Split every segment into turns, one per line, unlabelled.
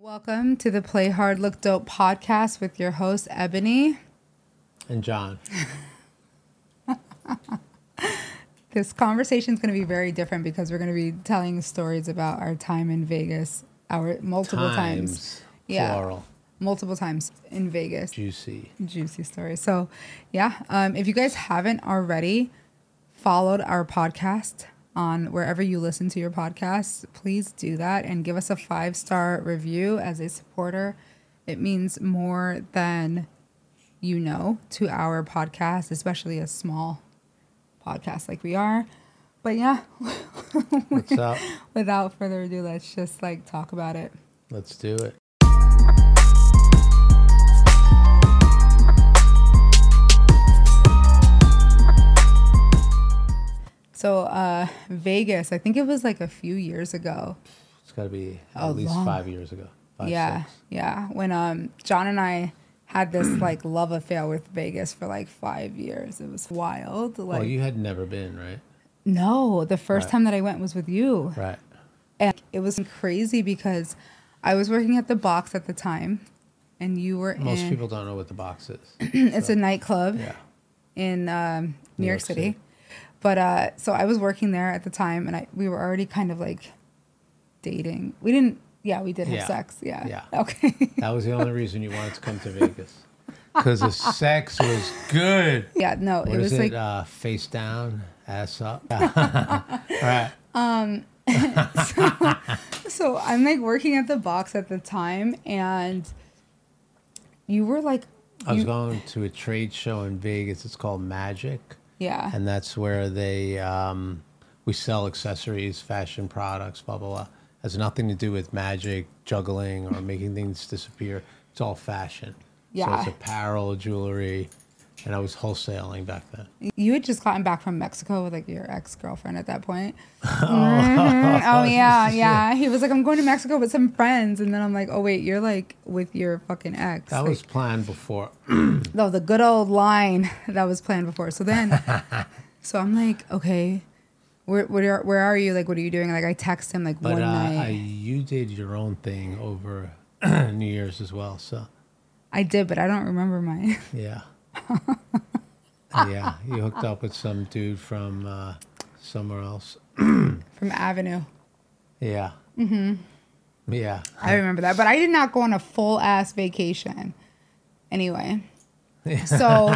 Welcome to the Play Hard Look Dope podcast with your host, Ebony.
and John.
This conversation is going to be very different because we're going to be telling stories about our time in Vegas, our multiple times,
Times.
Yeah.
Floral.
multiple times in Vegas.
Juicy.
Juicy story. So, yeah, um, if you guys haven't already followed our podcast on wherever you listen to your podcast, please do that and give us a five star review as a supporter. It means more than you know to our podcast, especially a small podcast like we are. But yeah,
What's up?
without further ado, let's just like talk about it.
Let's do it.
So, uh, Vegas, I think it was like a few years ago.
It's got to be at
Oh,
least
long.
five years ago. Five,
yeah,
six.
yeah. When um John and I had this like love affair with Vegas for like five years, it was wild. Like
well, Oh, you had never been, right?
no, the first
Right.
time that I went was with you,
Right.
and it was crazy because I was working at the Box at the time, and you were
Most
in.
people don't know what the box is.
it's a nightclub
Yeah.
in um, New,
New
York
York
City.
City.
But uh, so I was working there at the time, and I we were already kind of like dating. We didn't. Yeah, we did have
Yeah.
sex. Yeah.
Yeah.
Okay.
That was the only reason you wanted to come to Vegas. Because the sex was good.
yeah. No,
What
it was
is it?
like
uh, face down, ass up. right.
So I'm like working at the box at the time, and you were like,
I was
you-
going to a trade show in Vegas. It's called Magic.
yeah,
and that's where they um, we sell accessories, fashion products, blah blah blah. Has nothing to do with magic, juggling, or making things disappear. It's all fashion.
Yeah.
So it's apparel, jewelry, and I was wholesaling back then.
you had just gotten back from Mexico with like your ex girlfriend at that point. Mhm. Oh yeah, yeah. He was like, I'm going to Mexico with some friends, and then I'm like, oh wait, you're like with your fucking ex.
That
Like,
was planned before.
No, the good old line that was planned before. So then, so I'm like, okay, where where are, where are you? Like, what are you doing? Like, I text him like
But
one
uh,
night.
I, you did your own thing over New Year's as well. So
I did, but I don't remember mine.
yeah, yeah, you hooked up with some dude from uh, somewhere else.
from Avenue.
Yeah. Mm-hmm. Yeah.
I remember that, but I did not go on a full ass vacation. Anyway, so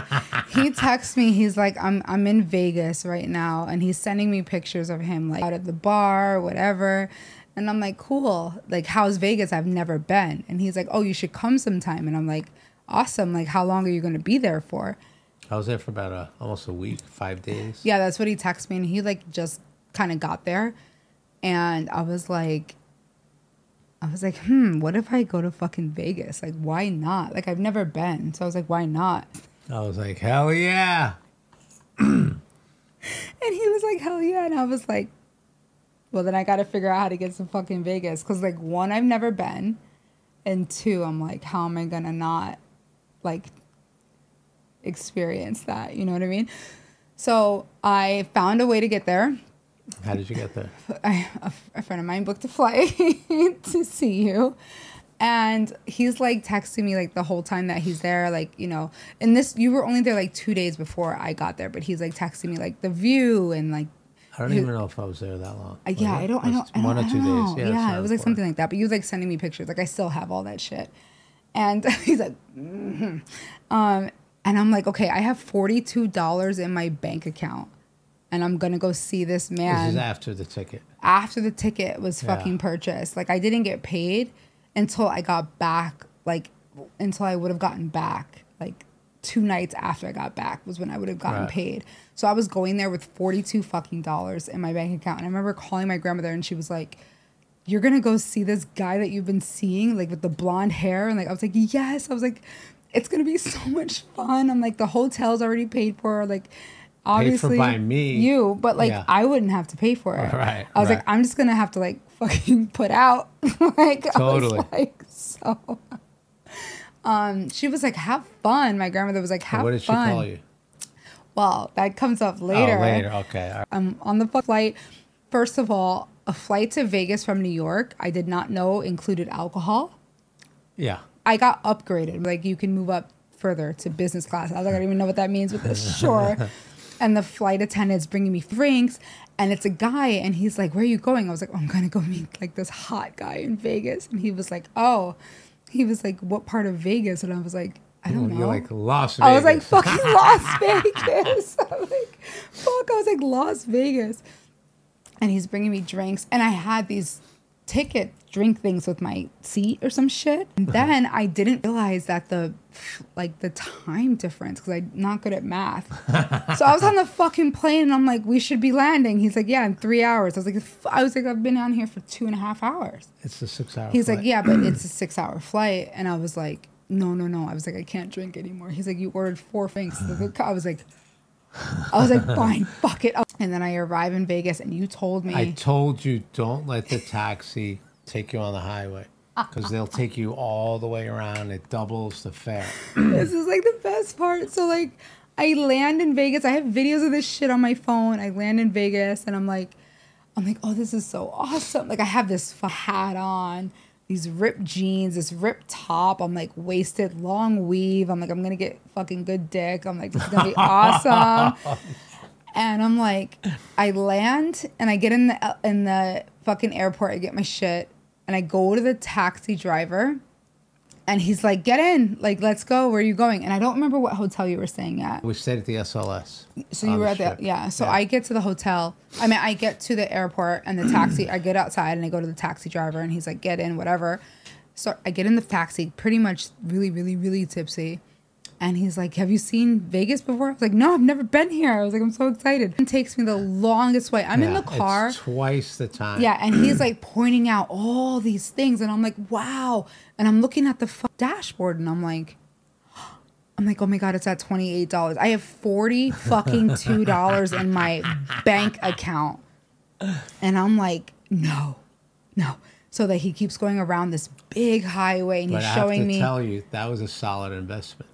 he texts me. He's like, "I'm I'm in Vegas right now," and he's sending me pictures of him like out at the bar, whatever. And I'm like, "Cool. Like, how's Vegas? I've never been." And he's like, "Oh, you should come sometime." And I'm like, "Awesome. Like, how long are you going to be there for?"
I was there for about a, almost a week, five days.
Yeah, that's what he texted me, and he like just kind of got there, and I was like, I was like, hmm, what if I go to fucking Vegas? Like, why not? Like, I've never been, so I was like, why not?
I was like, hell yeah.
And he was like, hell yeah, and I was like, well, then I got to figure out how to get to fucking Vegas, cause like one, I've never been, and two, I'm like, how am I gonna not like experience that? You know what I mean? So I found a way to get there.
How did you get there?
I, a, f- a friend of mine booked a flight to see you and he's like texting me like the whole time that he's there like you know and this you were only there like two days before i got there but he's like texting me like the view and like
I don't even know if I was there that long.
uh, yeah
Was it?
i don't i
It
don't
was
I don't,
One
I
or two
don't know.
days. Yeah,
yeah,
it's not
it was like
important.
something like that but you was like sending me pictures like i still have all that shit and he's like mhm. um and i'm like okay i have $42 in my bank account and i'm gonna go see this man
This is after the ticket.
after the ticket was
Yeah.
fucking purchased. Like I didn't get paid until I got back, like until I would have gotten back, like two nights after I got back was when I would have gotten
Right.
paid. So I was going there with forty two fucking dollars in my bank account. And I remember calling my grandmother and she was like, You're gonna go see this guy that you've been seeing, like with the blonde hair. And like I was like, Yes. I was like, it's gonna be so much fun. I'm like, the hotel's already paid for, like obviously
by me.
you, but like
Yeah.
I wouldn't have to pay for it.
Right,
I was
right.
like, I'm just gonna have to like fucking put out. like I
Totally.
was like so. Um, she was like, "Have fun." My grandmother was like, "Have
what did she
fun."
call you?
Well, that comes up later.
Oh, later. Okay. All right.
I'm on the fu- flight. First of all, a flight to Vegas from New York, I did not know included alcohol.
Yeah.
I got upgraded. Like you can move up further to business class. I was like, I don't even know what that means, but this sure. And the flight attendant's bringing me drinks, and it's a guy, and he's like, "Where are you going?" I was like, oh, "I'm gonna go meet like this hot guy in Vegas," and he was like, "Oh," he was like, "What part of Vegas?" And I was like, "I don't know."
You're like Las Vegas.
I was like, fucking Las Vegas. I'm like, fuck. I was like, Las Vegas. And he's bringing me drinks. And I had these ticket drink things with my seat or some shit. And
Uh-huh.
then I didn't realize that the, like, the time difference, because I'm not good at math. so I was on the fucking plane and I'm like, we should be landing. He's like, yeah, in three hours. I was like, "F- I was like, I've been on here for two and a half hours.
it's a six hour.
He's like,
flight.
yeah, but it's a six hour flight. And I was like, no, no, no. I was like, I can't drink anymore. He's like, you ordered four things. I was like, I was like, fine, fuck it. And then I arrive in Vegas and you told me.
I told you don't let the taxi take you on the highway because they'll take you all the way around. It doubles the fare.
this is like the best part. So like I land in Vegas. I have videos of this shit on my phone. I land in Vegas and I'm like I'm like, "Oh, this is so awesome." Like I have this f- hat on, these ripped jeans, this ripped top. I'm like wasted long weave. I'm like I'm going to get fucking good dick. I'm like this is going to be awesome. And I'm like I land and I get in the in the fucking airport. I get my shit and I go to the taxi driver and he's like, "Get in, like, let's go. Where are you going?" And I don't remember what hotel you were staying at.
We stayed at the SLS.
So you
on
were at the
ship.
yeah. So I get to the hotel. I mean, I get to the airport and the taxi. I get outside and I go to the taxi driver, and he's like, "Get in, whatever." So I get in the taxi, pretty much really, really, really tipsy, and he's like, "Have you seen Vegas before?" I was like, "No, I've never been here." I was like, "I'm so excited." It takes me the longest way. I'm in
Yeah,
the car.
It's twice the time.
Yeah, and he's like pointing out all these things, and I'm like, wow. And I'm looking at the fu- dashboard, and I'm like, I'm like, oh my god, it's at twenty eight dollars. I have forty fucking two dollars in my bank account, and I'm like, no, no. So that he keeps going around this big highway, and
But
he's
I have
showing
to
me.
tell you, that was a solid investment.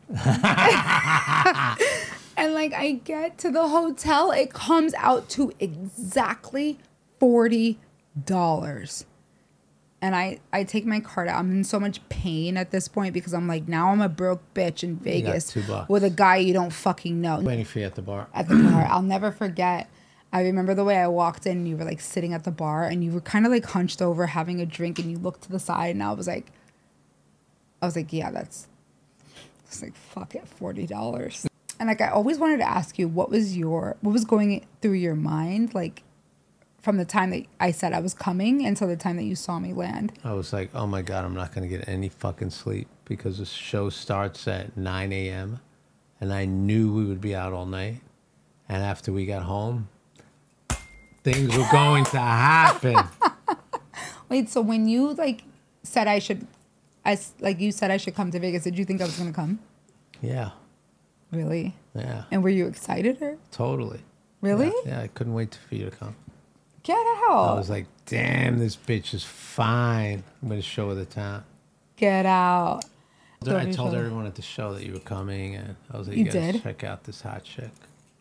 And like I get to the hotel, it comes out to exactly forty dollars. And I, I take my card out. I'm in so much pain at this point because I'm like, now I'm a broke bitch in Vegas
two bucks.
with a guy you don't fucking know
Waiting for you at the bar.
at the bar. I'll never forget. I remember the way I walked in and you were like sitting at the bar and you were kind of like hunched over having a drink and you looked to the side and I was like, I was like, yeah, that's, I was like, fuck it, $40. And like, I always wanted to ask you, what was your, what was going through your mind? Like from the time that I said I was coming until the time that you saw me land.
I was like, oh my God, I'm not going to get any fucking sleep because the show starts at 9 a.m. And I knew we would be out all night. And after we got home, things were going to happen.
Wait, so when you like said I should, as like you said I should come to Vegas, did you think I was going to come?
Yeah.
Really?
Yeah.
And were you excited or?
Totally.
Really? Oh.
Yeah, I couldn't wait for you to come.
Get
I
out.
was like, damn, this bitch is fine. I'm going to show her the town.
Get out.
I
Don't
told
you-
everyone at the show that you were coming, and I was like,
You
you, gotta
did?
check out this hot chick.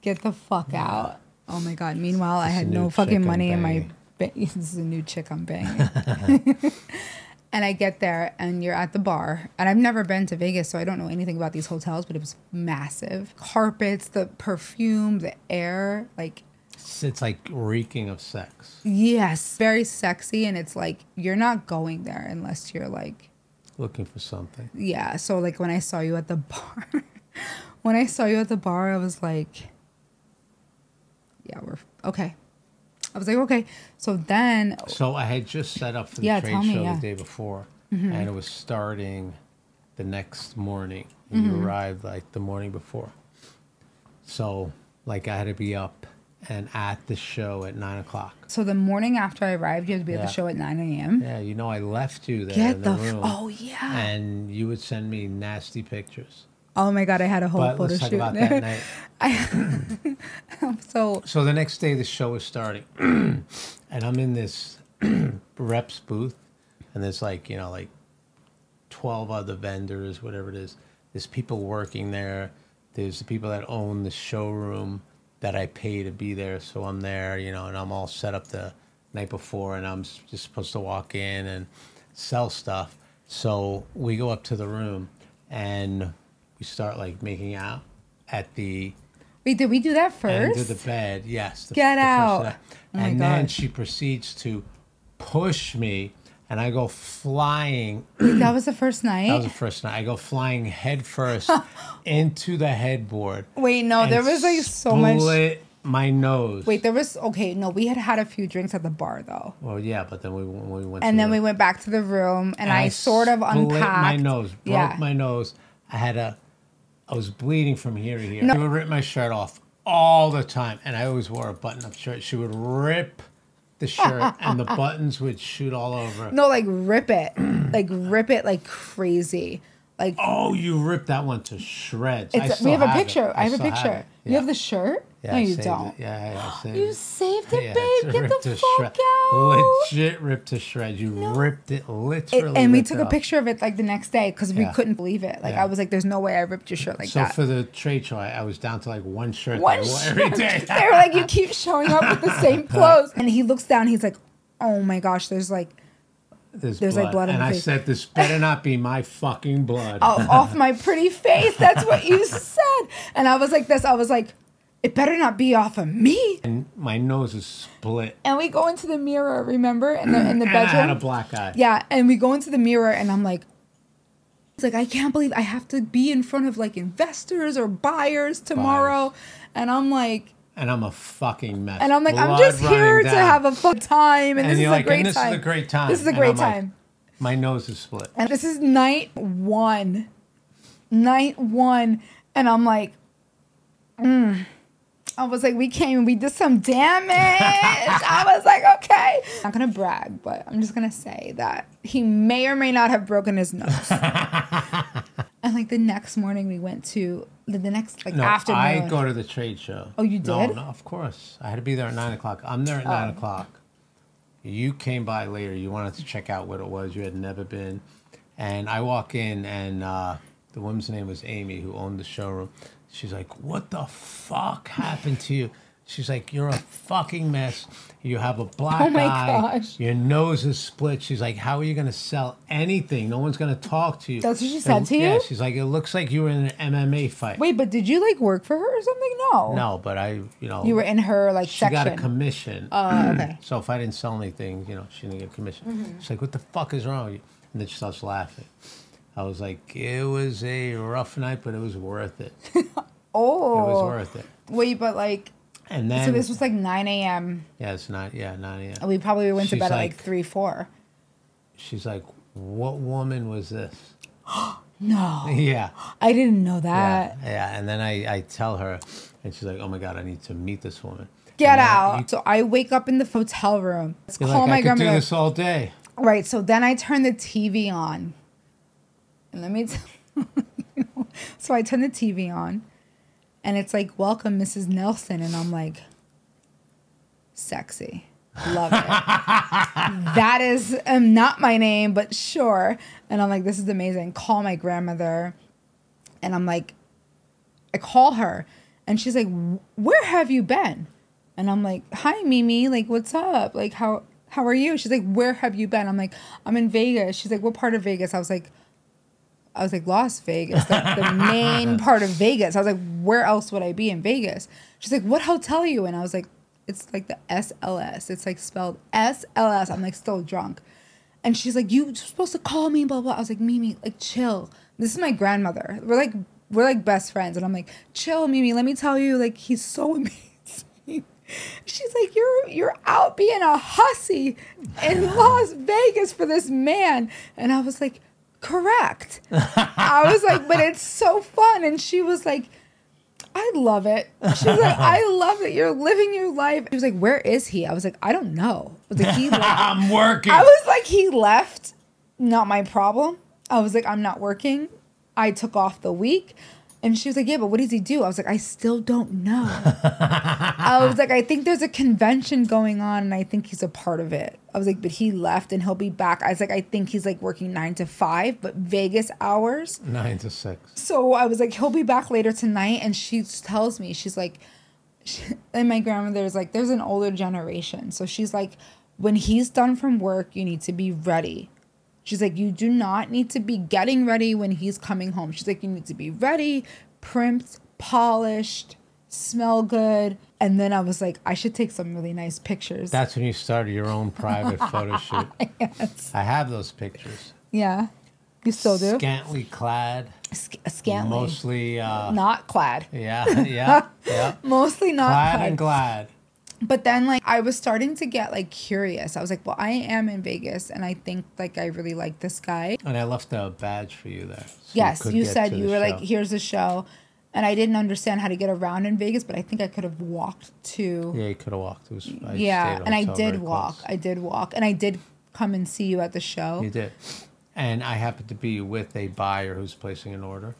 Get the fuck out. Oh my God. Meanwhile, I
This is
had
a
no
new
fucking
chick I'm
money in my. Ba- this is a new chick I'm banging. and I get there, and you're at the bar. And I've never been to Vegas, so I don't know anything about these hotels, but it was massive. Carpets, the perfume, the air, like
It's, it's like reeking of sex.
yes, very sexy. And it's like you're not going there unless you're like
Looking for something.
yeah so like when i saw you at the bar when i saw you at the bar i was like yeah we're okay i was like okay so then
So I had just set up for the
Yeah, tell
trade
me,
show
yeah. Mm-hmm.
the day before, and it was starting the next morning. And
Mm-hmm.
You arrived like the morning before, so like I had to be up and at the show at nine o'clock.
so the morning after i arrived you had to be at
Yeah.
the show at 9 a.m
Yeah, you know I left you there
get
in
the,
the,
f-
room,
oh yeah
and you would send me nasty pictures.
Oh my god, I had a whole
But
photo
let's talk
shoot.
about that night.
so
So the next day, the show is starting, and I'm in this reps booth, and there's like you know like twelve other vendors, whatever it is. There's people working there. There's the people that own the showroom that I pay to be there, so I'm there, you know, and I'm all set up the night before, and I'm s- just supposed to walk in and sell stuff. So we go up to the room, and we start like making out at the
wait, did we do that
and
first?
to the bed. Yes. the-
Get
the first
out.
night.
Oh my
and then
God.
she proceeds to push me, and I go flying.
Wait, that was the first night.
That was the first night. I go flying headfirst into the headboard.
wait, no, there
and
was like so much.
Split my nose.
Wait, there was okay. No, we had had a few drinks at the bar though,
Well, yeah, but then we, we went.
and
to
then
the,
we went back to the room, and I, sort of
split
unpacked
my nose, broke my nose. I had a, I was bleeding from here to here. She would rip my shirt off all the time, and I always wore a button-up shirt. She would rip the shirt, and the buttons would shoot all over.
no, like rip it, like rip it like crazy, like
Oh, you ripped that one to shreds. I
it's.
still
We have, a
it.
picture. I have a
still
picture.
it.
You
Yeah.
have the shirt?
Yeah,
no,
I
you
saved it.
don't.
Yeah, yeah, I saved
You
it.
saved it,
Yeah, it's
babe. Get
ripped
the
to
fuck
shred-
out.
Legit ripped to shreds. You ripped it
It-
literally.
and we
ripped
took
it
a
off.
picture of it like the next day because we
Yeah.
couldn't believe it. Like
Yeah.
I was like, "There's no way I ripped your shirt like
So
that."
for the trade show, I, I was down to like one shirt.
One
that I wore
shirt.
every day.
they were like, "You keep showing up with the same clothes," and he looks down. He's like, "Oh my gosh, there's like
There's,
There's,
blood.
like, blood on
and
the
I
face.
said, this better not be my fucking blood.
off, off my pretty face." That's what you said, and I was like, "This." I was like, "It better not be off of me."
And my nose is split.
And we go into the mirror. Remember in the in the
And I had
bedroom.
a black eye.
Yeah, and we go into the mirror, and I'm like, it's like I can't believe I have to be in front of like investors or buyers tomorrow, and I'm like,
And I'm a fucking mess.
and I'm like, I'm
Blood
just here
running
to
down.
have a fun time, and,
And
this is
you're
a
like,
great
and this
time.
is a great time.
This is a
And
great
I'm like,
time,
my nose is split.
and this is night one, night one, and I'm like, mm. I was like, we came, we did some damage. I was like, okay, not gonna brag, but I'm just gonna say that he may or may not have broken his nose. And like the next morning, we went to the, the next like
No,
afternoon.
I go to the trade show.
Oh, you
No,
did? Oh.
no, of course. I had to be there at nine o'clock. I'm there at nine o'clock. You came by later. You wanted to check out what it was. You had never been, and I walk in, and uh, the woman's name was Amy, who owned the showroom. She's like, "What the fuck happened to you?" She's like, "You're a fucking mess. You have a black
Oh my
eye.
gosh.
Your nose is split." She's like, "How are you gonna sell anything? No one's gonna talk to you."
That's what she
It-
said to
Yeah,
you?
she's like, "It looks like you were in an MMA fight."
Wait, but did you like work for her or something? No.
No, but I, you know,
Oh. You were in her like
she
section.
got a commission.
oh, okay. Mm-hmm.
so if I didn't sell anything, you know, she didn't get a commission. She's like, "What the fuck is wrong with you?" And then she starts laughing. I was like, "It was a rough night, but it was worth it. It was
Oh.
worth it."
Wait, but like,
And then,
so this was Oh. like 9 a.m.
yeah, it's not, yeah, not yeah.
We probably went to
She's
bed at
like-
like 3, 4.
She's like, "What woman was this?"
No.
yeah,
I didn't know
yeah,
that.
yeah. And then I, I tell her, and she's like, "Oh my god, I need to meet this woman."
Get
And then
out.
you-
so I wake up in the hotel room. Let's
You're
call
like,
my
I could do
grandmother.
this all day.
Right. So then I turn the TV on. And let me tell So I turn the TV on and it's like, welcome, Mrs. Nelson. And I'm like, sexy. Love it. that is um, not my name, but sure. And I'm like, this is amazing. Call my grandmother. And I'm like, I call her and she's like, where have you been? And I'm like, hi, Mimi. Like, what's up? Like, how, how are you? She's like, where have you been? I'm like, I'm in Vegas. She's like, what part of Vegas? I was like, I was like, Las Vegas, like the main part of Vegas. I was like, where else would I be in Vegas? She's like, what hotel are you in? I was like, it's like the SLS. It's like spelled SLS. I'm like still drunk. And she's like, you supposed to call me, blah, blah. I was like, Mimi, like chill. This is my grandmother. We're like, we're like best friends. And I'm like, chill, Mimi, let me tell you, like, he's so amazing. She's like, you're you're out being a hussy in Las Vegas for this man. And I was like, correct. I was like, but it's so fun. And she was like, I love it. She was like, I love it. You're living your life. She was like, where is he? I was like, I don't know. I was like, he left.
I'm working.
I was like, he left. Not my problem. I was like, I'm not working. I took off the week. And she was like, Yeah, but what does he do? I was like, I still don't know. I was like, I think there's a convention going on and I think he's a part of it. I was like, But he left and he'll be back. I was like, I think he's like working nine to five, but Vegas hours.
Nine to six.
So I was like, He'll be back later tonight. And she tells me, She's like, she, and my grandmother's like, There's an older generation. So she's like, When he's done from work, you need to be ready. She's like, you do not need to be getting ready when he's coming home. She's like, you need to be ready, primped, polished, smell good. And then I was like, I should take some really nice pictures.
That's when you started your own private photo shoot. I have those pictures.
yeah. You still do?
Scantily clad,
Sc- scantily.
mostly. Uh,
not clad.
yeah, yeah, yeah.
Mostly not
Glad
clad.
and glad.
but then like I was starting to get like curious. I was like, well, I am in Vegas and I think like I really like this guy.
And I left a badge for you there. so
Yes,
could
you
get
said
to
you
the
were like,
show.
here's the show. And I didn't understand how to get around in Vegas, but I think I could have walked to.
Yeah, you could have walked. It was, I
Yeah.
stayed
and I
hotel
did
very
walk.
close.
I did walk. And I did come and see you at the show.
You did. And I happened to be with a buyer who's placing an order.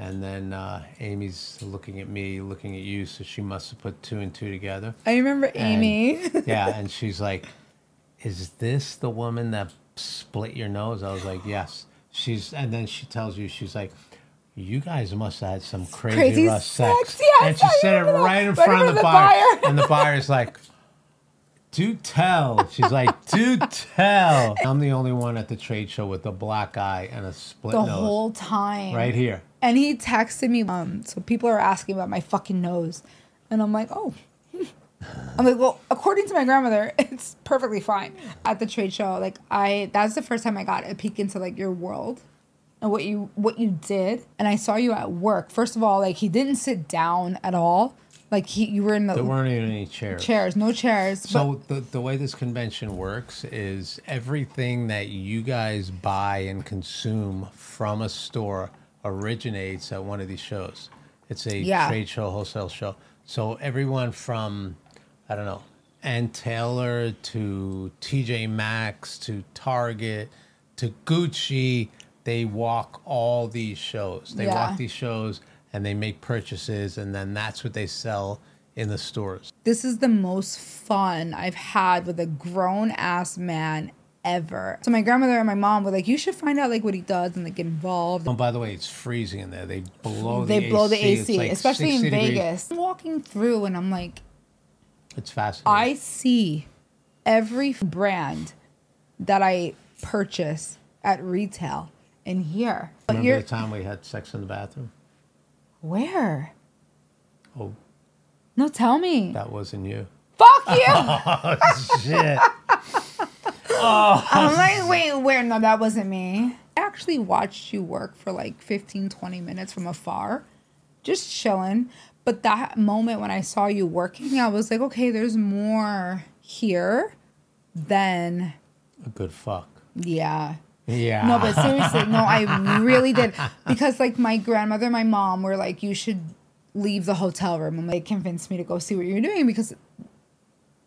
And then uh, Amy's looking at me, looking at you, so she must have put two and two together.
I remember
And-
Amy.
yeah, and she's like, "Is this the woman that split your nose?" I was like, "Yes." She's, and then she tells you, she's like, "You guys must have had some crazy,
Crazy
rough
sex,
sex."
yes,
and she
I
said it
remember that.
right in
Right
front
over
of the,
the
buyer,
buyer.
and the buyer's like. Do tell. She's like, do tell. I'm the only one at the trade show with a black eye and a split
the
nose
whole time.
right here.
And he texted me. Um, so people are asking about my fucking nose, and I'm like, oh. I'm like, well, according to my grandmother, it's perfectly fine at the trade show. Like, I that's the first time I got a peek into like your world and what you what you did. And I saw you at work. First of all, like he didn't sit down at all. Like he, you were in the
There weren't even any chairs.
chairs, no chairs. but
So the, the way this convention works is everything that you guys buy and consume from a store originates at one of these shows. It's a
Yeah.
trade show, wholesale show. So everyone from, I don't know, Ann Taylor to TJ Maxx to Target to Gucci, they walk all these shows. They
Yeah.
walk these shows and they make purchases and then that's what they sell in the stores.
this is the most fun I've had with a grown ass man ever. So my grandmother and my mom were like, you should find out like what he does and like get involved.
Oh, by the way, it's freezing in there. They blow the
they blow the
It's
AC,
like
especially in
60 degrees.
Vegas. I'm walking through and I'm like,
It's fascinating.
I see every brand that I purchase at retail in here. But
remember
you're
the time we had sex in the bathroom.
where?
Oh,
No, tell me.
that wasn't you.
Fuck you!
Shit.
I'm like, wait, where? No, that wasn't me. Um, I actually watched you work for like 15, 20 minutes from afar, just chilling. But that moment when I saw you working, I was like, okay, there's more here than,
A good fuck.
yeah.
Yeah.
No, but seriously, no, I really did. Because, like, my grandmother and my mom were like, you should leave the hotel room. And they convinced me to go see what you're doing because,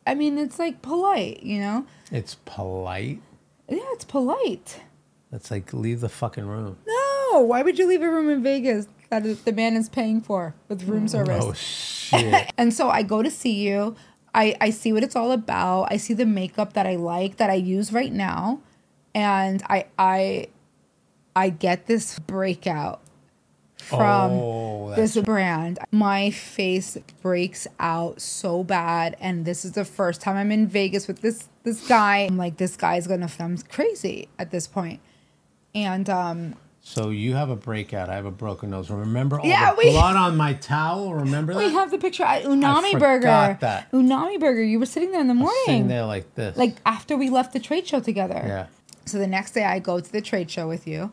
I mean, it's like polite, you know?
it's polite.
Yeah, it's polite.
That's like leave the fucking room.
No, why would you leave a room in Vegas that the man is paying for with room service?
Oh shit.
And so I go to see you. I, I see what it's all about. I see the makeup that I like that I use right now. And I I I get this breakout from
Oh, that's
this brand. My face breaks out so bad. And this is the first time I'm in Vegas with this this guy. I'm like, this guy's gonna I'm crazy at this point. And um
So you have a breakout. I have a broken nose. Remember all
Yeah,
the
we-
blood on my towel. Remember that?
We have the picture at Unami
forgot
Burger.
that.
Unami Burger. You were sitting there in the
Sitting
morning.
there like this.
Like after we left the trade show together.
yeah.
So the next day I go to the trade show with you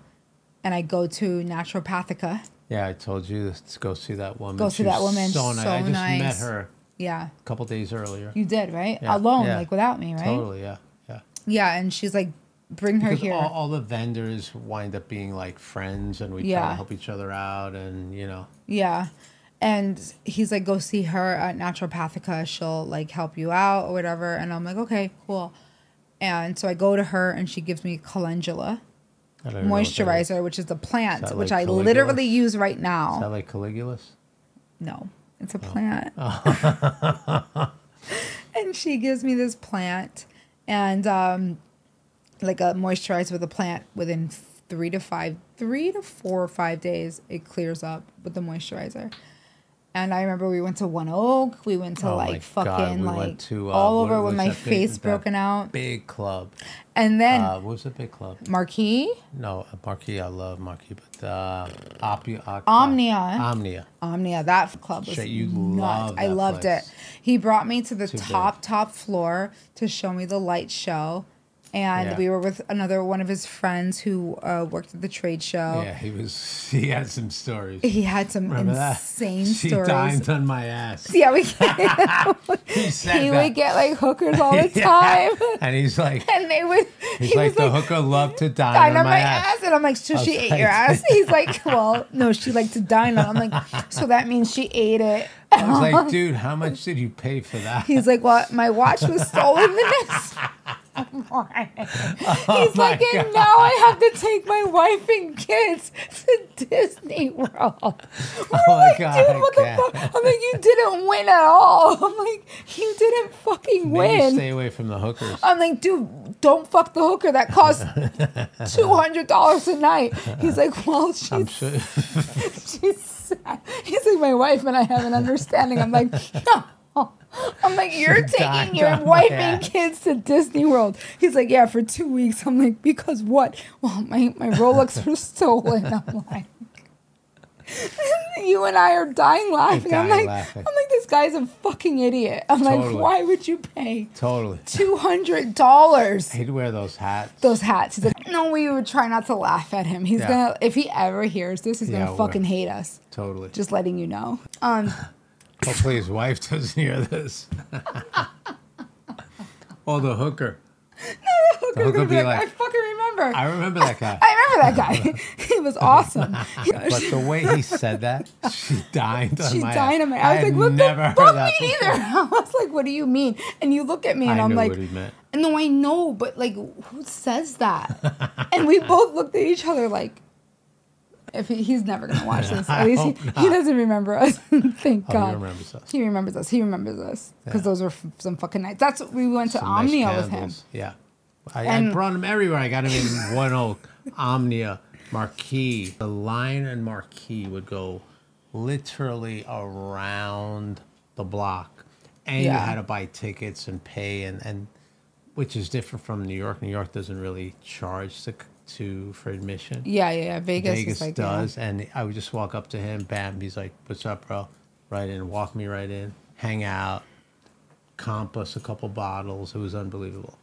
and I go to Naturopathica.
Yeah, I told you to go see that woman.
Go see
She
that
was
woman.
So nice.
So
I just met
nice.
her
Yeah.
a couple days earlier.
You did, right?
Yeah,
Alone,
yeah.
like without me, right?
Totally, yeah, yeah.
Yeah, and she's like, bring her
Because
here.
all, all the vendors wind up being like friends, and we try
Yeah.
to help each other out, and you know,
Yeah. And he's like, go see her at Naturopathica. She'll like help you out or whatever. And I'm like, okay, cool. And so I go to her and she gives me calendula.
I don't even know what that is.
moisturizer, which is the plant,
that
which
like
I
Caligula?
literally use right
Is that
now.
like Caligula's?
No, it's a plant.
Oh.
and she gives me this plant and um, like a moisturizer with a plant within three to five, three to four or five days, it clears up with the moisturizer. And I remember we went to One Oak. We went to
Oh my
like
God,
fucking
we went
like
to, uh,
all
what-
over with
what's
my
that big-
face
that
broken out.
Big club.
And then
Uh, what was the big club?
Marquis,
No, uh, Marquee. I love Marquee, but uh, Opu- Oc-
Omnia.
Omnia.
Omnia. That f- club was
Shit, you
nuts.
love
I
that
loved
place.
it. He brought me to the
Too big.
top top floor to show me the light show, and
Yeah.
we were with another one of his friends who uh, worked at the trade show.
Yeah, he was. He had some stories.
Oh. He had some
Remember that?
insane
she
stories.
dined on my ass.
Yeah, we he
He said
would
that.
get like hookers all the
Yeah.
time,
and he's like,
and they would.
he's
he
like,
was
the
like.
hooker loved to dine,
Dine on my ass. and I'm like, so
was
she ate
like-
your ass. He's like, well, no, she liked to dine on. it." I'm like, so that means she ate it.
I was like, dude, how much did you pay for that?
He's like, "Well, my watch was stolen the next morning." He's
Oh my
like, and now I have to take my wife and kids to Disney World. We're
Oh my
like,
God,
dude, what the
Kat.
fuck? I'm like, you didn't win at all. I'm like, you didn't fucking
Maybe
win.
stay away from the hookers.
I'm like, dude, don't fuck the hooker. That costs two hundred dollars a night. He's like, well, she's
I'm sure.
she's sad. He's like my wife, and I have an understanding. I'm like, no. I'm like, you're taking
died
your
on my
wife and
ass.
kids to Disney World. He's like, yeah, for two weeks. I'm like, because what? Well, my my Rolex was stolen. I'm like. You and I are dying laughing. I'm like,
dying laughing.
I'm like, this guy's a fucking idiot. I'm like,
Totally.
why would you pay
totally.
two hundred dollars?
He'd wear those hats.
those hats. He's like, no, we would try not to laugh at him. He's
Yeah.
gonna, if he ever hears this, he's
Yeah,
gonna
we're-
fucking hate us.
Totally.
Just letting you know. Um,
Hopefully his wife doesn't hear this. or the hooker.
Hooker's
Hooker
gonna be
be
like, I
like,
fucking remember.
I
I,
remember that guy.
remember that guy. he was awesome.
But the way he said that, she dined on
She
my
died
ass.
on my. I was
had
like, what
never
the
heard
fuck
that
me
before.
neither. I was like, what do you mean? And you look at me, and
I
I'm
knew
like,
what he meant.
no, I know, but like, who says that? and we both looked at each other like. If he, he's never gonna watch this,
I
at least he,
hope
he doesn't remember us. Thank
Oh, he
God.
remembers us.
He remembers us. He remembers us because
Yeah.
those were f- some fucking nights. That's we went to
Some nice
Omnia with him.
candles. Yeah. I,
And-
I brought him everywhere. I got him in One Oak, Omnia, Marquee. The line and Marquee would go literally around the block. And you
Yeah.
had to buy tickets and pay, and, and which is different from New York. New York doesn't really charge to, to for admission.
Yeah, yeah, yeah. Vegas,
Vegas
is like yeah.
does, and I would just walk up to him, bam. He's like, "What's up, bro?" Right in, walk me right in, hang out, comp us a couple bottles. It was unbelievable.